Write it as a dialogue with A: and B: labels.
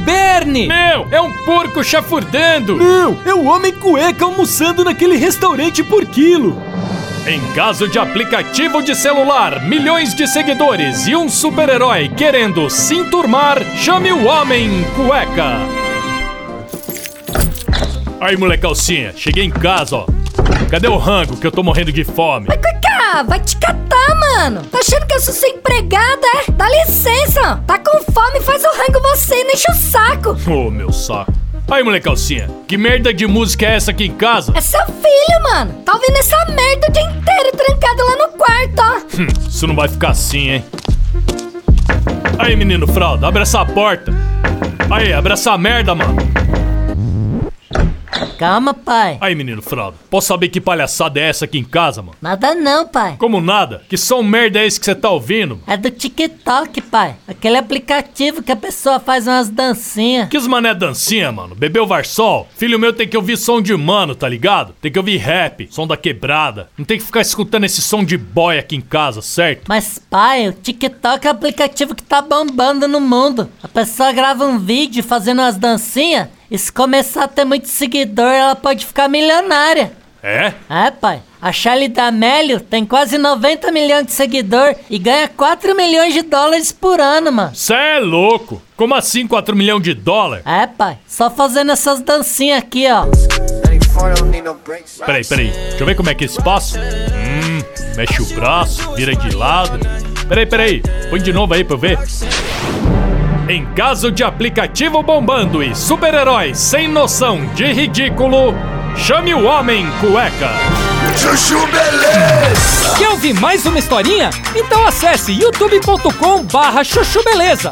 A: carne!
B: Meu, é um porco chafurdando!
A: Não, é o homem cueca almoçando naquele restaurante por quilo!
B: Em caso de aplicativo de celular, milhões de seguidores e um super-herói querendo se enturmar, chame o Homem Cueca. Aí, moleque calcinha, cheguei em casa, ó. Cadê o rango que eu tô morrendo de fome?
C: Vai, Cuica, vai te catar, mano. Tá achando que eu sou sua empregada, é? Dá licença. Tá com fome, faz o rango você, não enche o saco.
B: Ô, meu saco. Aí, moleque calcinha, que merda de música é essa aqui em casa?
C: É seu filho, mano. Tá ouvindo essa merda o dia inteiro trancado lá no quarto, ó.
B: Hum, isso não vai ficar assim, hein? Aí, menino fralda, abre essa porta. Aí, abre essa merda, mano.
D: Calma, pai.
B: Aí, menino fralda, posso saber que palhaçada é essa aqui em casa, mano?
D: Nada não, pai.
B: Como nada? Que som merda é esse que você tá ouvindo?
D: É do TikTok, pai. Aquele aplicativo que a pessoa faz umas dancinhas.
B: Que os mané dancinha, mano? Bebeu Varsol? Filho meu tem que ouvir som de mano, tá ligado? Tem que ouvir rap, som da quebrada. Não tem que ficar escutando esse som de boy aqui em casa, certo?
D: Mas, pai, o TikTok é o aplicativo que tá bombando no mundo. A pessoa grava um vídeo fazendo umas dancinhas e se começar a ter muito seguidor, ela pode ficar milionária.
B: É?
D: É, pai. A Charlie D'Amelio tem quase 90 milhões de seguidor e ganha 4 milhões de dólares por ano, mano.
B: Cê é louco! Como assim 4 milhões de dólar?
D: É, pai. Só fazendo essas dancinhas aqui, ó.
B: Peraí, peraí. Deixa eu ver como é que é esse passo. Hum, mexe o braço, vira de lado. Peraí, peraí. Põe de novo aí pra eu ver. Em caso de aplicativo bombando e super-herói sem noção de ridículo, chame o Homem Cueca.
E: Chuchu Beleza!
A: Quer ouvir mais uma historinha? Então acesse youtube.com barra chuchu beleza.